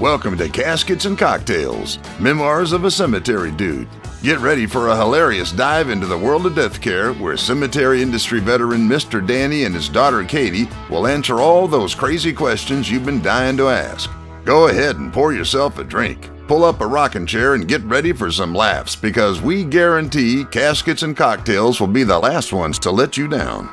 Welcome to Caskets and Cocktails, Memoirs of a Cemetery Dude. Get ready for a hilarious dive into the world of death care where cemetery industry veteran Mr. Danny and his daughter Katie will answer all those crazy questions you've been dying to ask. Go ahead and pour yourself a drink, pull up a rocking chair, and get ready for some laughs because we guarantee Caskets and Cocktails will be the last ones to let you down.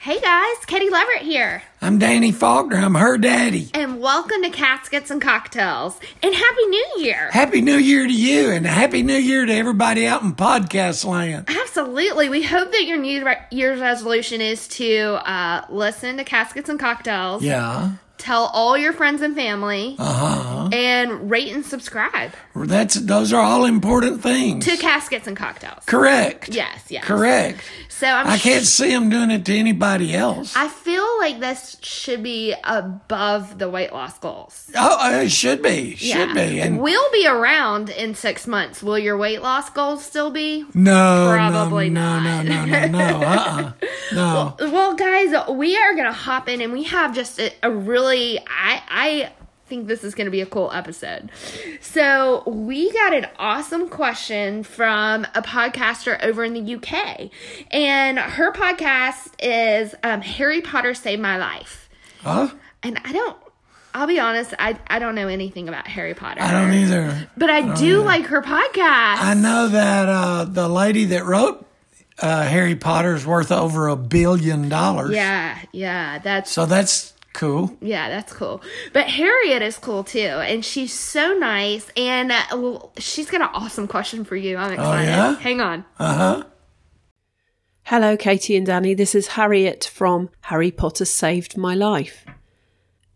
Hey guys, Katie Leverett here, I'm Danny Faulkner. I'm her daddy. and welcome to Caskets and Cocktails, and Happy New Year! Happy New Year to you, and Happy New Year to everybody out in podcast land. Absolutely, we hope that your New Re- Year's resolution is to uh, listen to Caskets and Cocktails, Yeah. tell all your friends and family, Uh and rate and subscribe huh. That's those are all important things. to Caskets and Cocktails. Correct. Yes, yes. Correct. So I'm I can't see them doing it to anybody else. I feel like this should be above the weight loss goals. oh, it should be. Should be. And we'll be around in six months. Will your weight loss goals still be? no, Probably no, not. no, no, no, no, no. Uh-uh. No. Well, guys, we are gonna hop in, and we have just a, a really I I think this is gonna be a cool episode. So we got an awesome question from a podcaster over in the UK, and her podcast is um, Harry Potter Saved My Life, Huh? and I don't. I'll be honest, I, I don't know anything about Harry Potter. I don't either. But I, do like her podcast. I know that uh, the lady that wrote uh, Harry Potter's worth over a billion dollars. yeah, yeah, that's So that's cool. Yeah, that's cool. But Harriet is cool too, and she's so nice. And uh, well, she's got an awesome question for you. I'm excited. yeah? Hang on. Hello, Katie and Danny. This is Harriet from Harry Potter Saved My Life.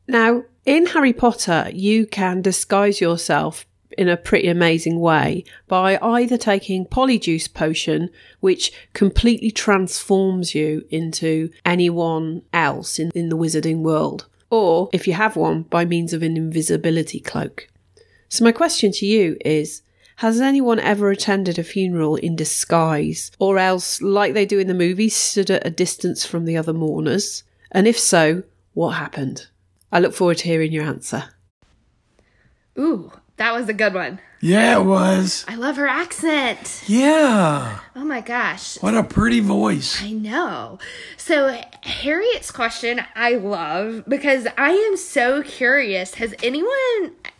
Now, in Harry Potter, you can disguise yourself in a pretty amazing way by either taking Polyjuice Potion, which completely transforms you into anyone else in, in the wizarding world, or if you have one, by means of an invisibility cloak. So, my question to you is Has anyone ever attended a funeral in disguise, or else, like they do in the movies, stood at a distance from the other mourners? And if so, what happened? I look forward to hearing your answer. Ooh, that was a good one. Yeah, it was. I love her accent. Yeah. Oh my gosh. What a pretty voice. I know. So, Harriet's question I love because I am so curious. Has anyone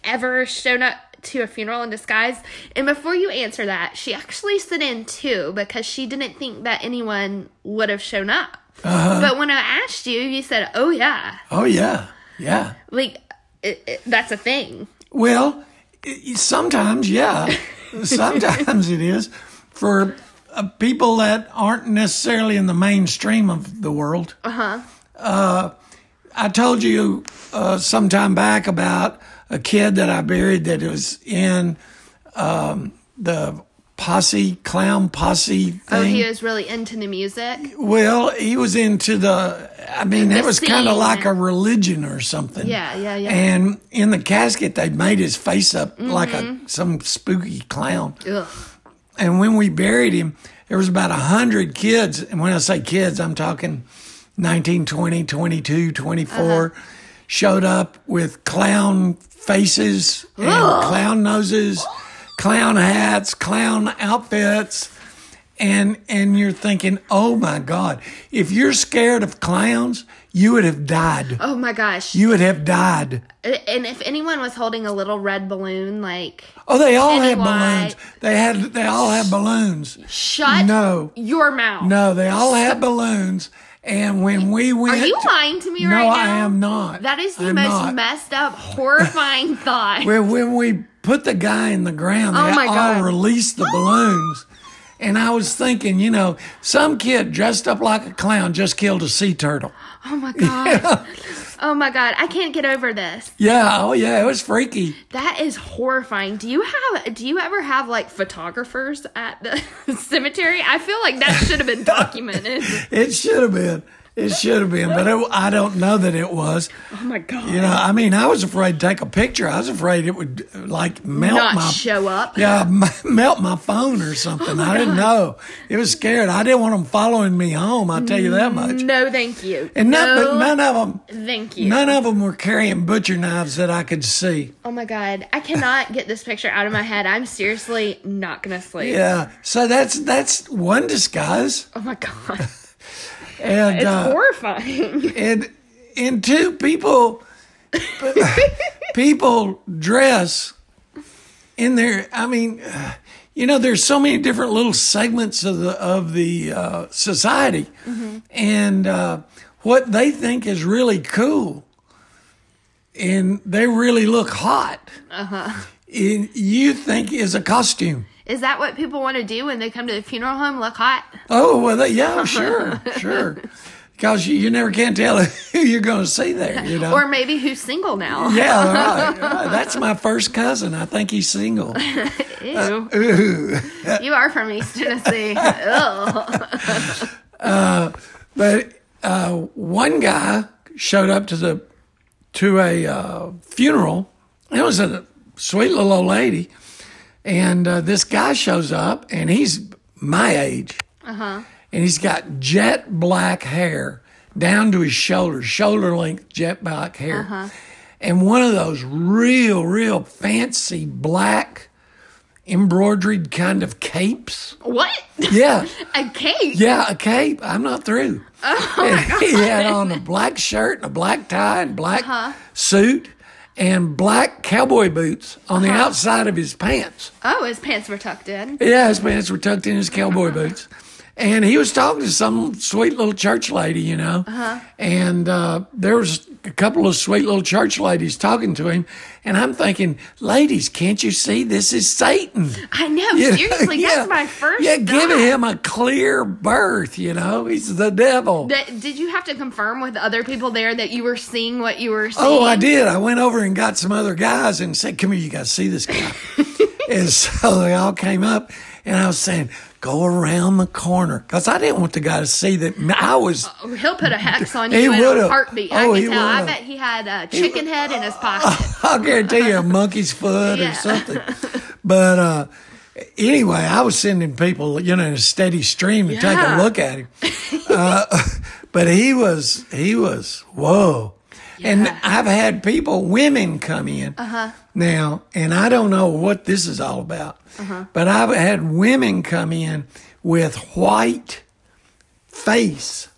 ever shown up to a funeral in disguise? And before you answer that, she actually sent in two because she didn't think that anyone would have shown up. Uh-huh. But when I asked you, you said, oh, yeah. Oh, yeah. Yeah. Like, it, it- that's a thing. Well, i- sometimes, yeah. sometimes it is for uh, people that aren't necessarily in the mainstream of the world. Uh-huh. I told you uh, some time back about a kid that I buried that was in um, the posse, clown posse thing. Oh, he was really into the music. Well, he was into the. I mean, that was kind of scene. like a religion or something. Yeah, yeah, Mm-hmm. yeah. And in the casket, they made his face up like a some spooky clown. Ugh. And when we buried him, there was about a hundred kids. And when I say kids, I'm talking 19, 20, 22, 24. Showed up with clown faces and clown noses, clown hats, clown outfits and and you're thinking, oh my God, if you're scared of clowns, you would have died. Oh my gosh. You would have died. and if anyone was holding a little red balloon, like, Oh, they all had Pennywise. balloons. They had they all had balloons. shut No. your mouth. No, they all had balloons. And when we went, Are you lying to me no, right now? I am not. That is the I'm most not. messed up, horrifying thought. When, when we put the guy in the ground, they Oh, my all God. released the balloons. And I was thinking, you know, some kid dressed up like a clown just killed a sea turtle. Oh my god. Oh my god. I can't get over this. Yeah, oh yeah, it was freaky. That is horrifying. Do you have do you ever have like photographers at the cemetery? I feel like that should have been documented. It should have been. It should have been, but it, I don't know that it was. Oh my god. You know, I mean, I was afraid to take a picture. I was afraid it would like melt Not my show up. Yeah, m- melt my phone or something. I didn't Oh, know. It was scared. I didn't want them following me home. I'll tell you that much. No, thank you. And not, Mm, no, but none of them, thank you. none of them were carrying butcher knives that I could see. Oh my god, I cannot get this picture out of my head. I'm seriously not gonna sleep. Yeah, so that's that's one disguise, Oh my god, and it's uh, horrifying. and and two people people dress in their i mean uh, you know there's so many different little segments of the of the uh, society and uh, what they think is really cool and they really look hot uh-huh and you think is a costume Is that what people want to do when they come to the funeral home? Look hot. Oh well, that, yeah, sure, sure. Because you, you never can tell who you're going to see there, you know. Or maybe who's single now? yeah, right, right. That's my first cousin. I think he's single. Ew. Uh, you are from East Tennessee. Ugh. But uh, one guy showed up to the to a uh, funeral. It was a sweet little old lady, and uh, this guy shows up, and he's my age, uh-huh. and he's got jet black hair down to his shoulders, shoulder length jet black hair, and one of those real, real fancy black embroidered kind of capes. What? Yeah. A cake? Yeah, a cape. I'm not through. he had on a black shirt and a black tie and black suit and black cowboy boots on the outside of his pants. Oh, his pants were tucked in. Yeah, his pants were tucked in his cowboy boots. And he was talking to some sweet little church lady, you know. And uh, there was a couple of sweet little church ladies talking to him. And I'm thinking, ladies, can't you see this is Satan? I know. You know, seriously, yeah. that's my first. Yeah, giving thought. him a clear birth. You know, he's the devil. That- did you have to confirm with other people there that you were seeing what you were seeing? Oh, I did. I went over and got some other guys and said, "Come here, you guys see this guy." and so they all came up, and I was saying, "Go around the corner," because I didn't want the guy to see that I was. He'll put a hex on you He in would've. a heartbeat. Oh, I he can tell. I would've. Uh, bet he had a chicken head in his pocket. I'll guarantee you a monkey's foot or Yeah. something. But uh, anyway, I was sending people, you know, in a steady stream to take a Yeah. look at him. Uh, but he was, he was, whoa. And Yeah. Uh-huh. I've had people, women come in now, and I don't know what this is all about, Uh-huh. but I've had women come in with white face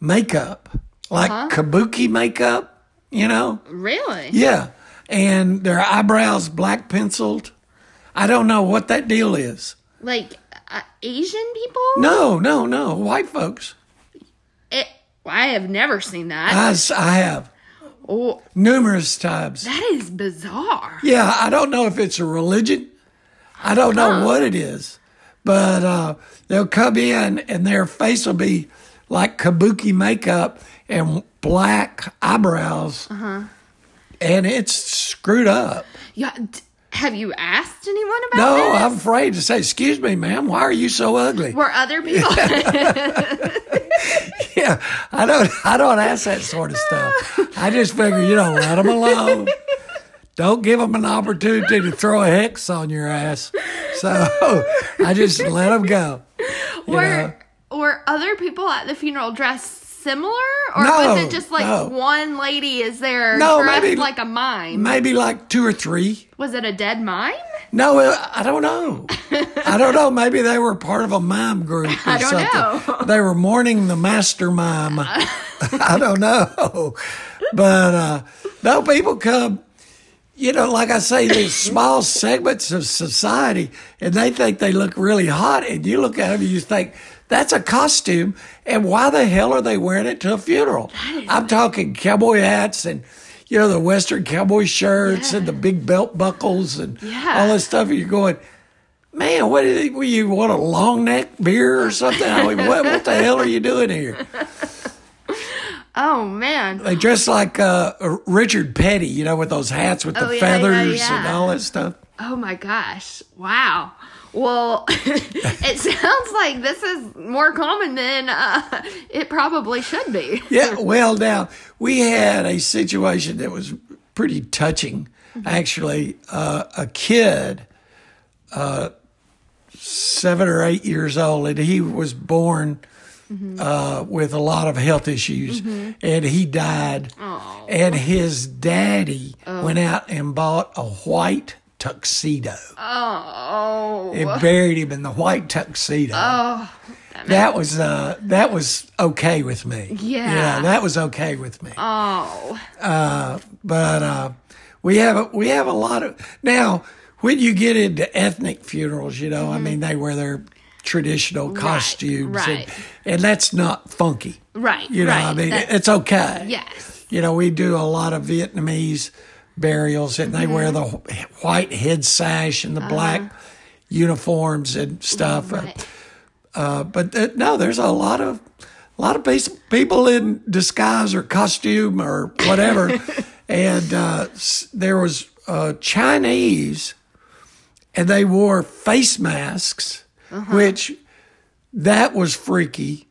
makeup, like Uh-huh. kabuki makeup, you know? really? uh. Yeah. And their eyebrows black penciled. I don't know what that deal is. Like uh, Asian people? No, no, no. White folks. It, I have never seen that. I, s- I have oh, numerous times. that is bizarre. Yeah, I don't know if it's a religion. I don't know what it is. But uh, they'll come in and their face will be like kabuki makeup and black eyebrows. And it's screwed up. Yeah. d- have you asked anyone about No, this? I'm afraid to say, excuse me, ma'am, why are you so ugly? Were other people? Yeah, I don't. I don't ask that sort of stuff. I just figure you know, let them alone. Don't give them an opportunity to throw a hex on your ass. So I just let them go. You know? Were, were other people at the funeral dressed similar? Or No, was it just like no. one lady is there No, dressed maybe- like a mime? Maybe like two or three. was it a dead mime? No, uh, I don't know. I don't know. Maybe they were part of a mime group or I don't something. They were mourning the master mime. I don't know. But uh, no, people come, you know, like I say, these small segments of society, and they think they look really hot. And you look at them and you think, that's a costume. And why the hell are they wearing it to a funeral? I'm talking cowboy hats and. You know, the Western cowboy shirts and the big belt buckles and Yeah. all this stuff. And you're going, man, what is it? What, you want a long neck beer or something? I mean, what, what the hell are you doing here? Oh man. They dress like uh, Richard Petty, you know, with those hats with the Oh, yeah, yeah, feathers and yeah. all that stuff. Oh my gosh. Wow. Well, it sounds like this is more common than uh, it probably should be. Yeah, well, now we had a situation that was pretty touching, actually. Uh, a kid, uh, seven or eight years old, and he was born uh, with a lot of health issues, and he died. And his daddy went out and bought a white tuxedo Oh, and buried him in the white tuxedo. Oh, that was uh, that was okay with me. Yeah. yeah, that was okay with me. oh, But uh, we have a, we have a lot of now when you get into ethnic funerals, you know, I Mm-hmm. mean, they wear their traditional costumes, right. And, and that's not funky, right. you know, right. I mean, That- it's okay. yes. You know, we do a lot of Vietnamese burials and they wear the Mm-hmm. wh- white head sash and the black uniforms and stuff. Uh-huh. Right. Uh, but th- no, there's a lot of a lot of peace, people in disguise or costume or whatever. and uh, s- there was uh, Chinese, and they wore face masks, Uh-huh. which that was freaky.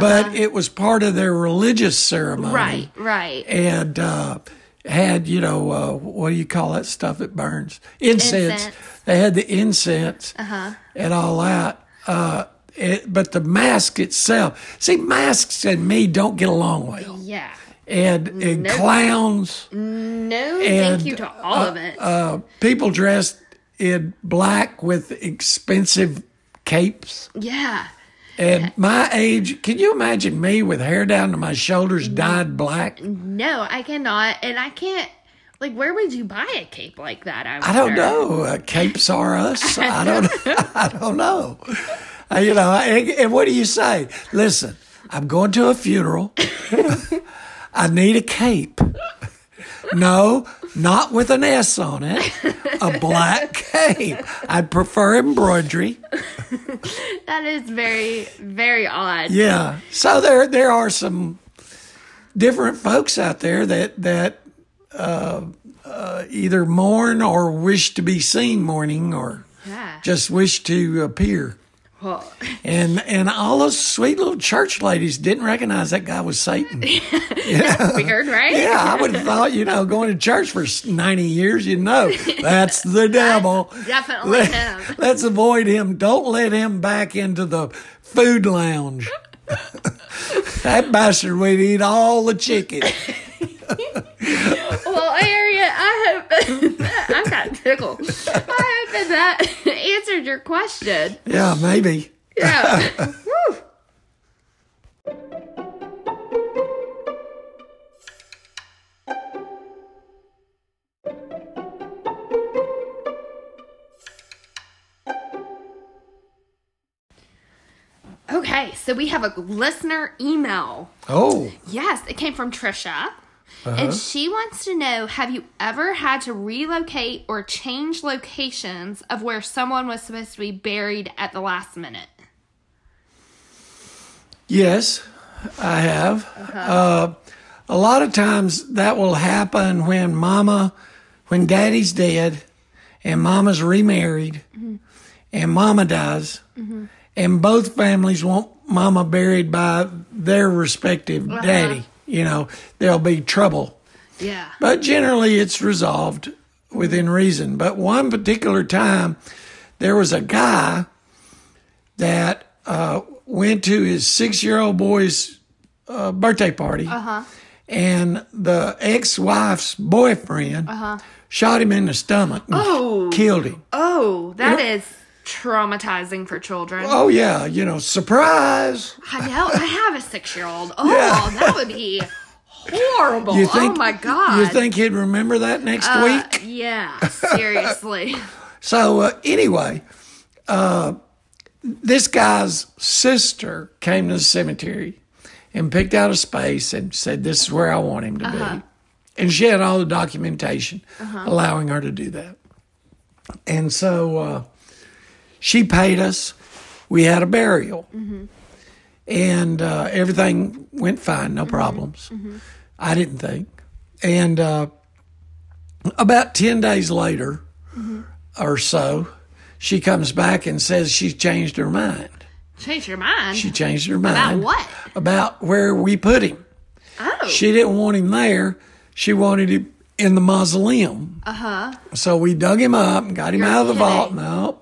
But it was part of their religious ceremony Uh-huh. Right, right. and uh, had you know uh, what do you call that stuff that burns incense. Incense. Uh-huh. They had the incense and all that. Uh, it, but the mask itself, see, masks and me don't get along well, Yeah. and and clowns, No, And, thank you to all of it. uh, people dressed in black with expensive capes. yeah. And my age, can you imagine me with hair down to my shoulders, dyed black? No, I cannot. And I can't. Like, where would you buy a cape like that? I, I don't wonder? know. Uh, capes are us. I don't. I don't know. Uh, you know. And, and what do you say? Listen, I'm going to a funeral. I need a cape. No, not with an S on it. A black cape. I'd prefer embroidery. That is very, very odd. Yeah. So there, there are some different folks out there that that uh, uh, either mourn or wish to be seen mourning or. Yeah. just wish to appear. Well, And and all those sweet little church ladies didn't recognize that guy was Satan. Yeah. weird, right? Yeah, I would have thought, you know, going to church for 90 years, you know, that's the devil. Definitely him. Let, let's avoid him. Don't let him back into the food lounge. that bastard would eat all the chicken. Well, Aria, I hope I've got tickled. I hope that, that answered your question. Yeah, maybe. Yeah. Whew. Okay, so we have a listener email. Oh, Yes, it came from Trisha. And she wants to know Have you ever had to relocate or change locations of where someone was supposed to be buried at the last minute? Yes, I have. uh a lot of times that will happen when mama, when daddy's dead, and mama's remarried, and mama dies, and both families want mama buried by their respective daddy. You know, there'll be trouble. Yeah. But generally, it's resolved within reason. But one particular time, there was a guy that uh, went to his six year old boy's uh, birthday party, Uh-huh. and the ex wife's boyfriend shot him in the stomach and Uh-huh. Oh. killed him. Oh, that is traumatizing for children. Oh, yeah, you know, surprise. I know. I have a six year old. Oh, that would be horrible. You think, oh, my God. You think he'd remember that next Uh, week? yeah, seriously. So uh, anyway, uh, this guy's sister came to the cemetery and picked out a space and said, "This is where I want him to be." And she had all the documentation allowing her to do that. And so uh, she paid us. We had a burial, and uh, everything went fine, no problems. I didn't think. And uh, about ten days later or so, she comes back and says she's changed her mind. Change your mind. She changed her About mind. what? About where we put him. oh. She didn't want him there. She wanted him in the mausoleum. Uh huh. So we dug him up and got him Uh-huh. You're out of the kidding. vault. No,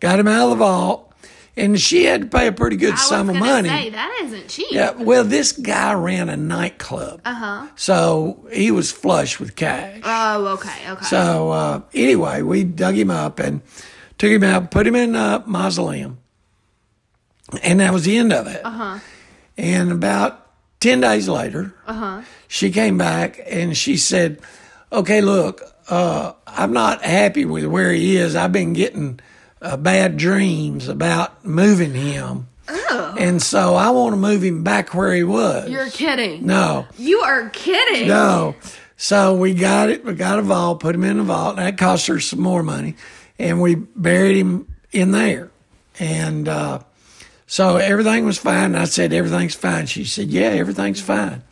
got him out of the vault, and she had to pay a pretty good I was sum of gonna money. say that isn't cheap. Yeah, well, this guy ran a nightclub. Uh Uh-huh. huh. So he was flush with cash. Oh, okay, okay. So uh, anyway, we dug him up and took him out, put him in a mausoleum, and that was the end of it. Uh-huh. And about ten days later, uh-huh. she came back and she said, "Okay, look, uh, I'm not happy with where he is. I've been getting uh, bad dreams about moving him." And so I want to move him back where he was. You're kidding. no, You are kidding. no. So we got it. We got a vault, put him in a vault, and that cost her some more money. And we buried him in there. And uh, so everything was fine. And I said, Everything's fine. She said, Yeah, everything's fine.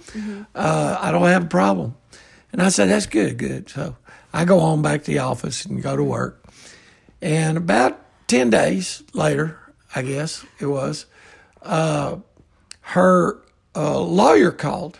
Uh, I don't have a problem. And I said, That's good, good. So I go home back to the office and go to work. And about 10 days later, I guess it was, uh, her uh, lawyer called.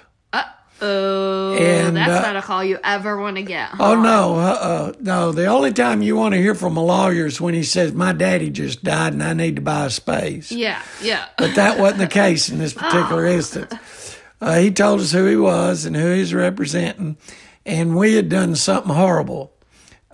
Oh, And, that's uh, not a call you ever want to get. Oh no, uh, uh, no. The only time you want to hear from a lawyer is when he says, "My daddy just died, and I need to buy a space." Yeah, yeah. But that wasn't the case in this particular instance. Uh, he told us who he was and who he was representing, and we had done something horrible,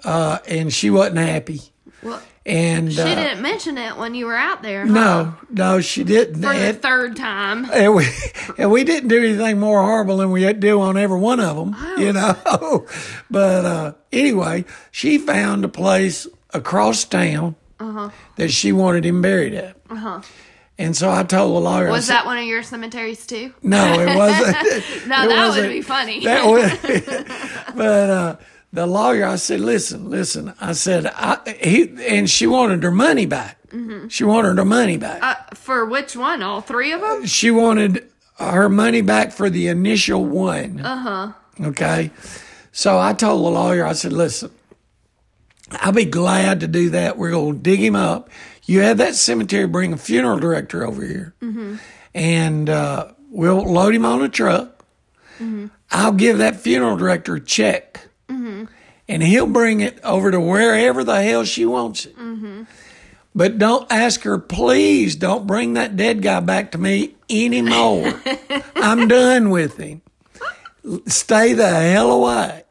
uh, and she wasn't happy. Well, And she uh, didn't mention it when you were out there. huh? no, no, she didn't. For the And- third time. and we and we didn't do anything more horrible than we do on every one of them, you know. But uh, anyway, she found a place across town Uh-huh. that she wanted him buried at, and so I told the lawyer. I Was said- that one of your cemeteries too? No, it wasn't. No, that It would wasn't- be funny. that was, but uh, the lawyer, I said, listen, listen. I said, I, he, and she wanted her money back. Mm-hmm. She wanted her money back. For which one? All three of them? she wanted her money back for the initial one. Uh huh. Okay. So I told the lawyer, I said, listen, I'll be glad to do that. We're going to dig him up. You have that cemetery bring a funeral director over here, and uh, we'll load him on a truck. I'll give that funeral director a check, and he'll bring it over to wherever the hell she wants it. But don't ask her, please don't bring that dead guy back to me anymore. I'm done with him. Stay the hell away.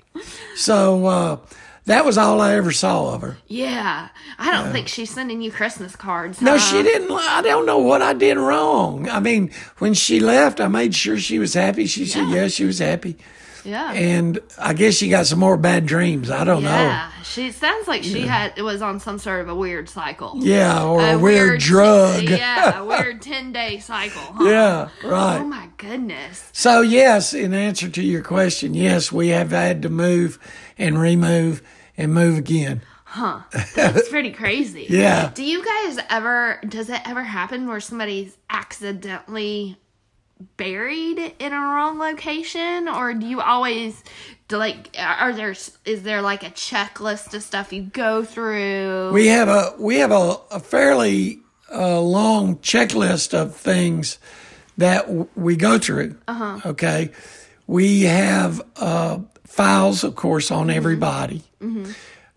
So uh, that was all I ever saw of her. Yeah. I don't think she's sending you Christmas cards. No, huh? she didn't. li- I don't know what I did wrong. I mean, when she left, I made sure she was happy. She said, yes, she was happy. Yeah. And I guess she got some more bad dreams. I don't know. yeah. She sounds like she had was on some sort of a weird cycle. Yeah, or a, weird, drug. Yeah, a weird 10 day cycle. Huh? yeah, right. Oh my goodness. So, yes, in answer to your question, yes, we have had to move and remove and move again. That's pretty crazy. Yeah. Do you guys ever, does it ever happen where somebody's accidentally buried in a wrong location? Or do you always, do like, are there, is there like a checklist of stuff you go through? We have a we have a, a fairly uh, long checklist of things that w- we go through. Uh-huh. Okay, we have uh, files, of course, on everybody.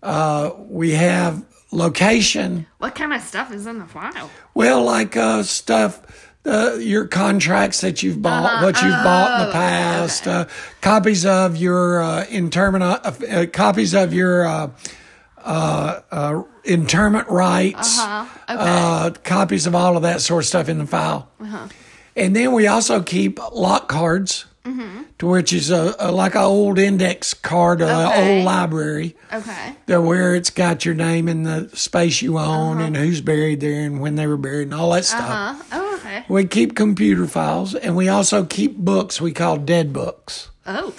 Uh, we have location. what kind of stuff is in the file? Well, like uh, stuff, uh, your contracts that you've bought, what you've bought in the past, uh, copies of your uh, interment, uh, uh, copies of your uh, uh, uh, interment rights, uh copies of all of that sort of stuff in the file. And then we also keep lock cards, to which is a, a like an old index card, of an Okay. old library Okay. the where it's got your name and the space you Uh-huh. own and who's buried there and when they were buried and all that stuff. Uh, oh, okay. We keep computer files and we also keep books we call dead books. Oh.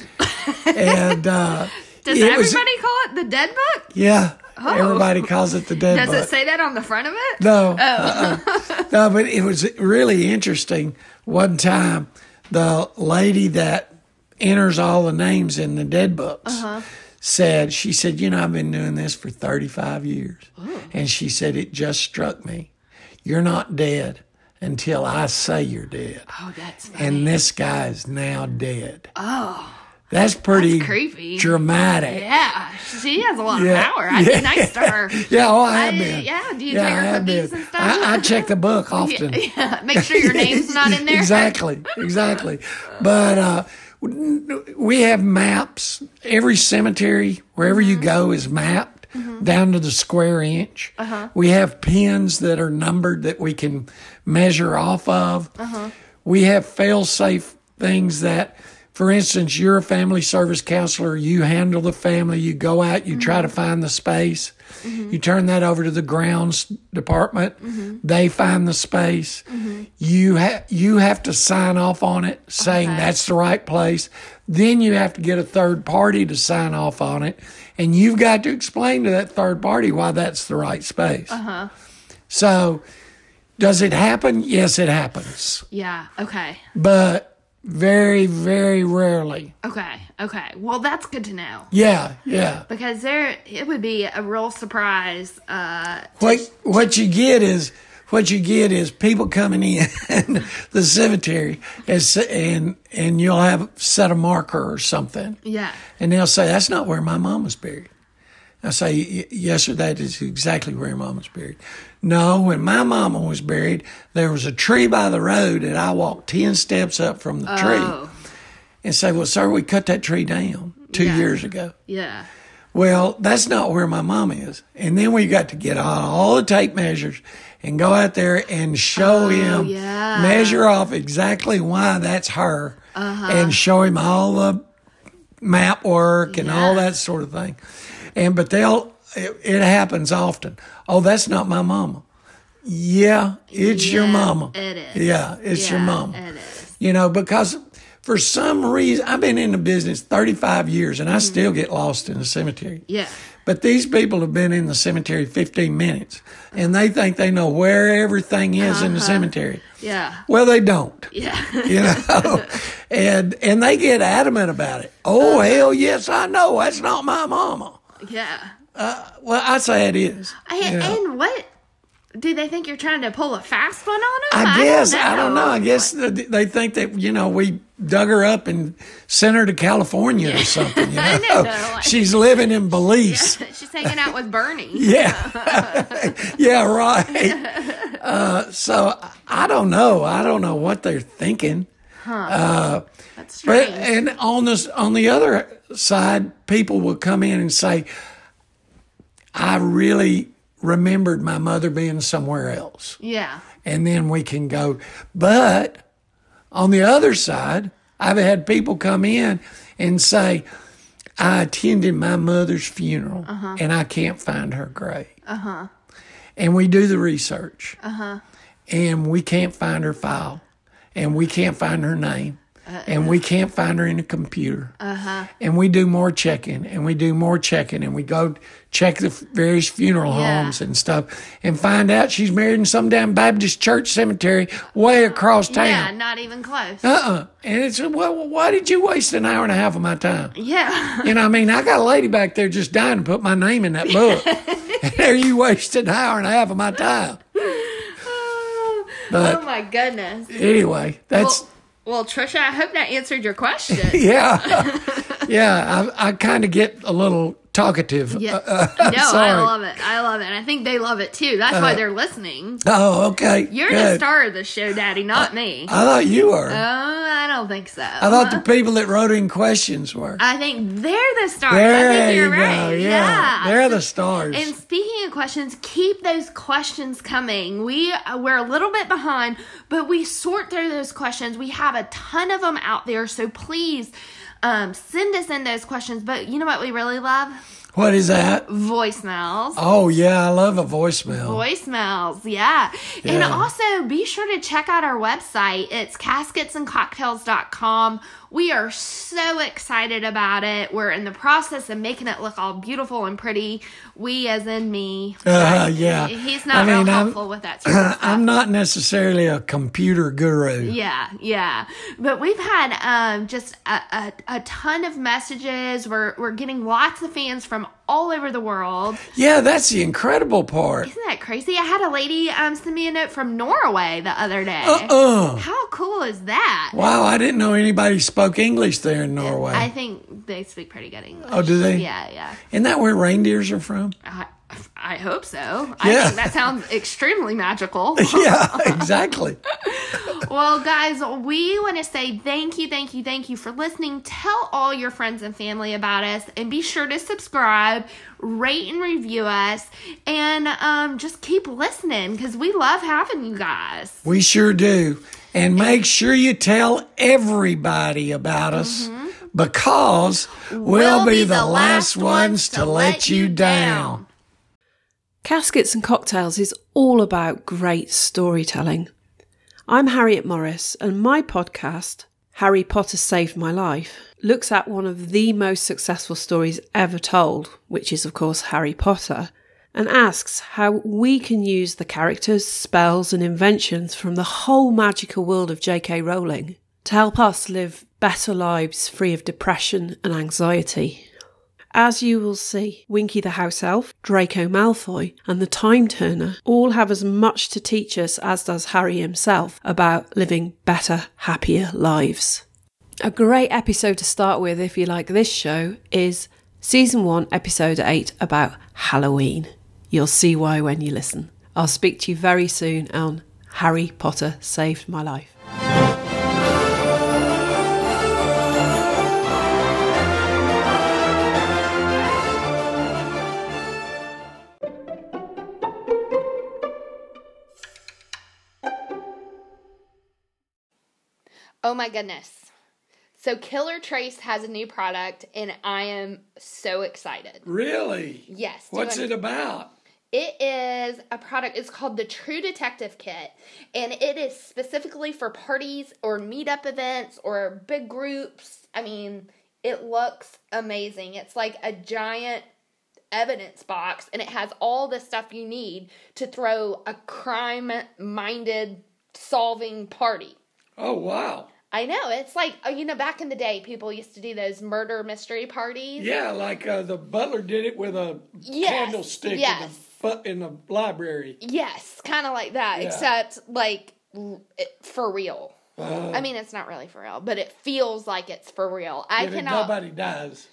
And uh, Does it was- everybody call it the dead book? yeah, everybody calls it the dead Does book. it say that on the front of it? No. uh-uh. no, but it was really interesting. One time, Uh-huh. the lady that enters all the names in the dead books said, she said, you know, I've been doing this for 35 years. Oh. And she said, it just struck me. You're not dead until I say you're dead. Oh, that's And this guy is now dead. Oh. That's pretty creepy. dramatic. yeah. She has a lot Yeah. of power. I'd Yeah. be nice to her. Yeah, oh, I have I- been. yeah, do you yeah, take her I have cookies been. and stuff? I, I check the book often. Yeah, make sure your name's not in there. exactly, exactly. But uh, we have maps. Every cemetery, wherever Mm-hmm. you go, is mapped down to the square inch. Uh-huh. We have pins that are numbered that we can measure off of. Uh-huh. We have fail safe things that. For instance, you're a family service counselor, you handle the family, you go out, you try to find the space, you turn that over to the grounds department, they find the space. You have you have to sign off on it saying that's the right place. Then you have to get a third party to sign off on it, and you've got to explain to that third party why that's the right space. So does it happen? Yes, it happens. Yeah. Okay. But very, very rarely. Okay. Okay. Well, that's good to know. Yeah, yeah. Because there, it would be a real surprise. Uh, What what you get is what you get is people coming in the cemetery and s- and and you'll have set a marker or something, yeah. and they'll say that's not where my mom was buried. I say "Y- yes, sir. That is exactly where your mom was buried. No, when my mama was buried, there was a tree by the road, and I walked ten steps up from the Oh. tree, and say, "Well, sir, we cut that tree down two Yeah. years ago." Yeah. Well, that's not where my mom is. And then we got to get on all the tape measures and go out there and show him, Oh, yeah. measure off exactly why that's her, Uh-huh. and show him all the map work and all Yeah. that sort of thing. And but they'll it, it happens often. Oh, that's not my mama. Yeah, it's your Yeah, mama. it is. Yeah, it's your Yeah, mama. It is. You know, because for some reason, I've been in the business 35 years and I still get lost in the cemetery. Yeah. But these people have been in the cemetery 15 minutes and they think they know where everything is in the cemetery. Yeah. Well, they don't. Yeah. You know, and and they get adamant about it. Oh hell yes, I know that's not my mama. yeah. Well, I say it is. And, and what do they think you're trying to pull a fast one on them? I guess I don't know. I guess that they think that you know we dug her up and sent her to California or something. You know? I know, like- she's living in Belize. She's hanging out with Bernie. Yeah, yeah, right. Uh, so I- I don't know. I don't know what they're thinking. That's strange. But eh, and on this on the other side, people will come in and say, "I really remembered my mother being somewhere else." yeah. and then we can go. But on the other side, I've had people come in and say, I attended my mother's funeral and I can't find her grave. Uh-huh. And we do the research. Uh-huh. And we can't find her file and we can't find her name. And we can't find her in the computer. Uh-uh. Uh-huh. And we do more checking, and we do more checking, and we go check the f- various funeral Yeah. homes and stuff, and find out she's married in some damn Baptist church cemetery way across Yeah. town. Not even close. Uh uh And it's well, why did you waste an hour and a half of my time? yeah. You know, I mean, I got a lady back there just dying to put my name in that book. and there you wasted an hour and a half of my time. oh my goodness. Anyway, that's Well, well, Trisha, I hope that answered your question. yeah, yeah. I, I kind of get a little talkative. Yes. I'm no, I Uh, sorry. love it. I love it. And I think they love it too. That's why they're listening. Oh, okay. You're the good. Uh, star of the show, Daddy, not me. I thought you were. oh, I don't think so. I thought the people that wrote in questions were. I think they're the stars. I there think you you're go. right. Yeah. Yeah. they're the stars. And speaking of questions, keep those questions coming. We uh, we're a little bit behind, but we sort through those questions. We have a ton of them out there, so please um, send us in those questions. But you know what we really love? What is that? Voicemails. Oh, yeah, I love a voicemail. Voicemails, yeah. And Yeah. also be sure to check out our website. It's casketsandcocktails.com. We are so excited about it. We're in the process of making it look all beautiful and pretty. We, as in me. Uh, yeah. He's not I mean, real I'm- uh, helpful with that sort of stuff. I'm not necessarily a computer guru. Yeah, yeah. But we've had um, just a, a, a ton of messages. We're, we're getting lots of fans from all over the world. Yeah, that's the incredible part. Isn't that crazy? I had a lady um, send me a note from Norway the other day. Uh, How cool is that? wow, I didn't know anybody spoke English there in Norway. I think they speak pretty good English. Oh, do they? Yeah, yeah. Isn't that where reindeers are from? I, I hope so. I Yeah. think that sounds extremely magical. yeah, exactly. well, guys, we want to say thank you, thank you, thank you for listening. Tell all your friends and family about us and be sure to subscribe, rate, and review us. And um, just keep listening because we love having you guys. We sure do. And make sure you tell everybody about us because we'll, be, the, last ones to let you down. Caskets and Cocktails is all about great storytelling. I'm Harriet Morris, and my podcast, Harry Potter Saved My Life, looks at one of the most successful stories ever told, which is, of course, Harry Potter, and asks how we can use the characters, spells, and inventions from the whole magical world of J.K. Rowling to help us live better lives free of depression and anxiety. As you will see, Winky the House Elf, Draco Malfoy, and the Time Turner all have as much to teach us as does Harry himself about living better, happier lives. A great episode to start with, if you like this show, is Season 1, Episode 8 about Halloween. You'll see why when you listen. I'll speak to you very soon on Harry Potter Saved My Life. Oh my goodness. So Killer Trace has a new product and I am so excited. Really? Yes. do you What's want- it about? It is a product. It's called the True Detective Kit, and it is specifically for parties or meetup events or big groups. I mean, it looks amazing. It's like a giant evidence box, and it has all the stuff you need to throw a crime-minded solving party. Oh, wow. I know. It's like, oh, you know, back in the day, people used to do those murder mystery parties. Yeah, like uh, the butler did it with a Yes, candlestick yes. in, the, fu- in the library. Yes, kind of like that, Yeah. except like r- it, for real. Uh. I mean, it's not really for real, but it feels like it's for real. I And cannot. Nobody dies.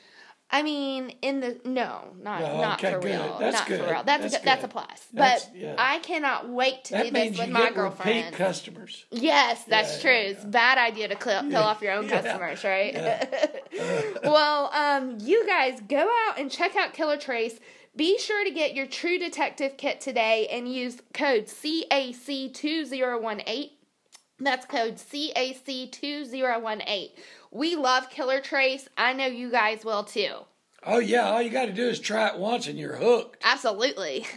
I mean, in the no, not No, not okay, for good. real. That's not good. for real. That's That's a, that's a good. plus. That's- but yeah. I cannot wait to do That this means with you my get repeat girlfriend. customers. Yes, that's yeah, true. It's a bad idea to cl- kill off your own yeah, customers, right? well, um, you guys go out and check out Killer Trace. Be sure to get your True Detective kit today and use code CAC2018. That's code CAC2018. We love Killer Trace. I know you guys will too. Oh, yeah, all you got to do is try it once and you're hooked. Absolutely.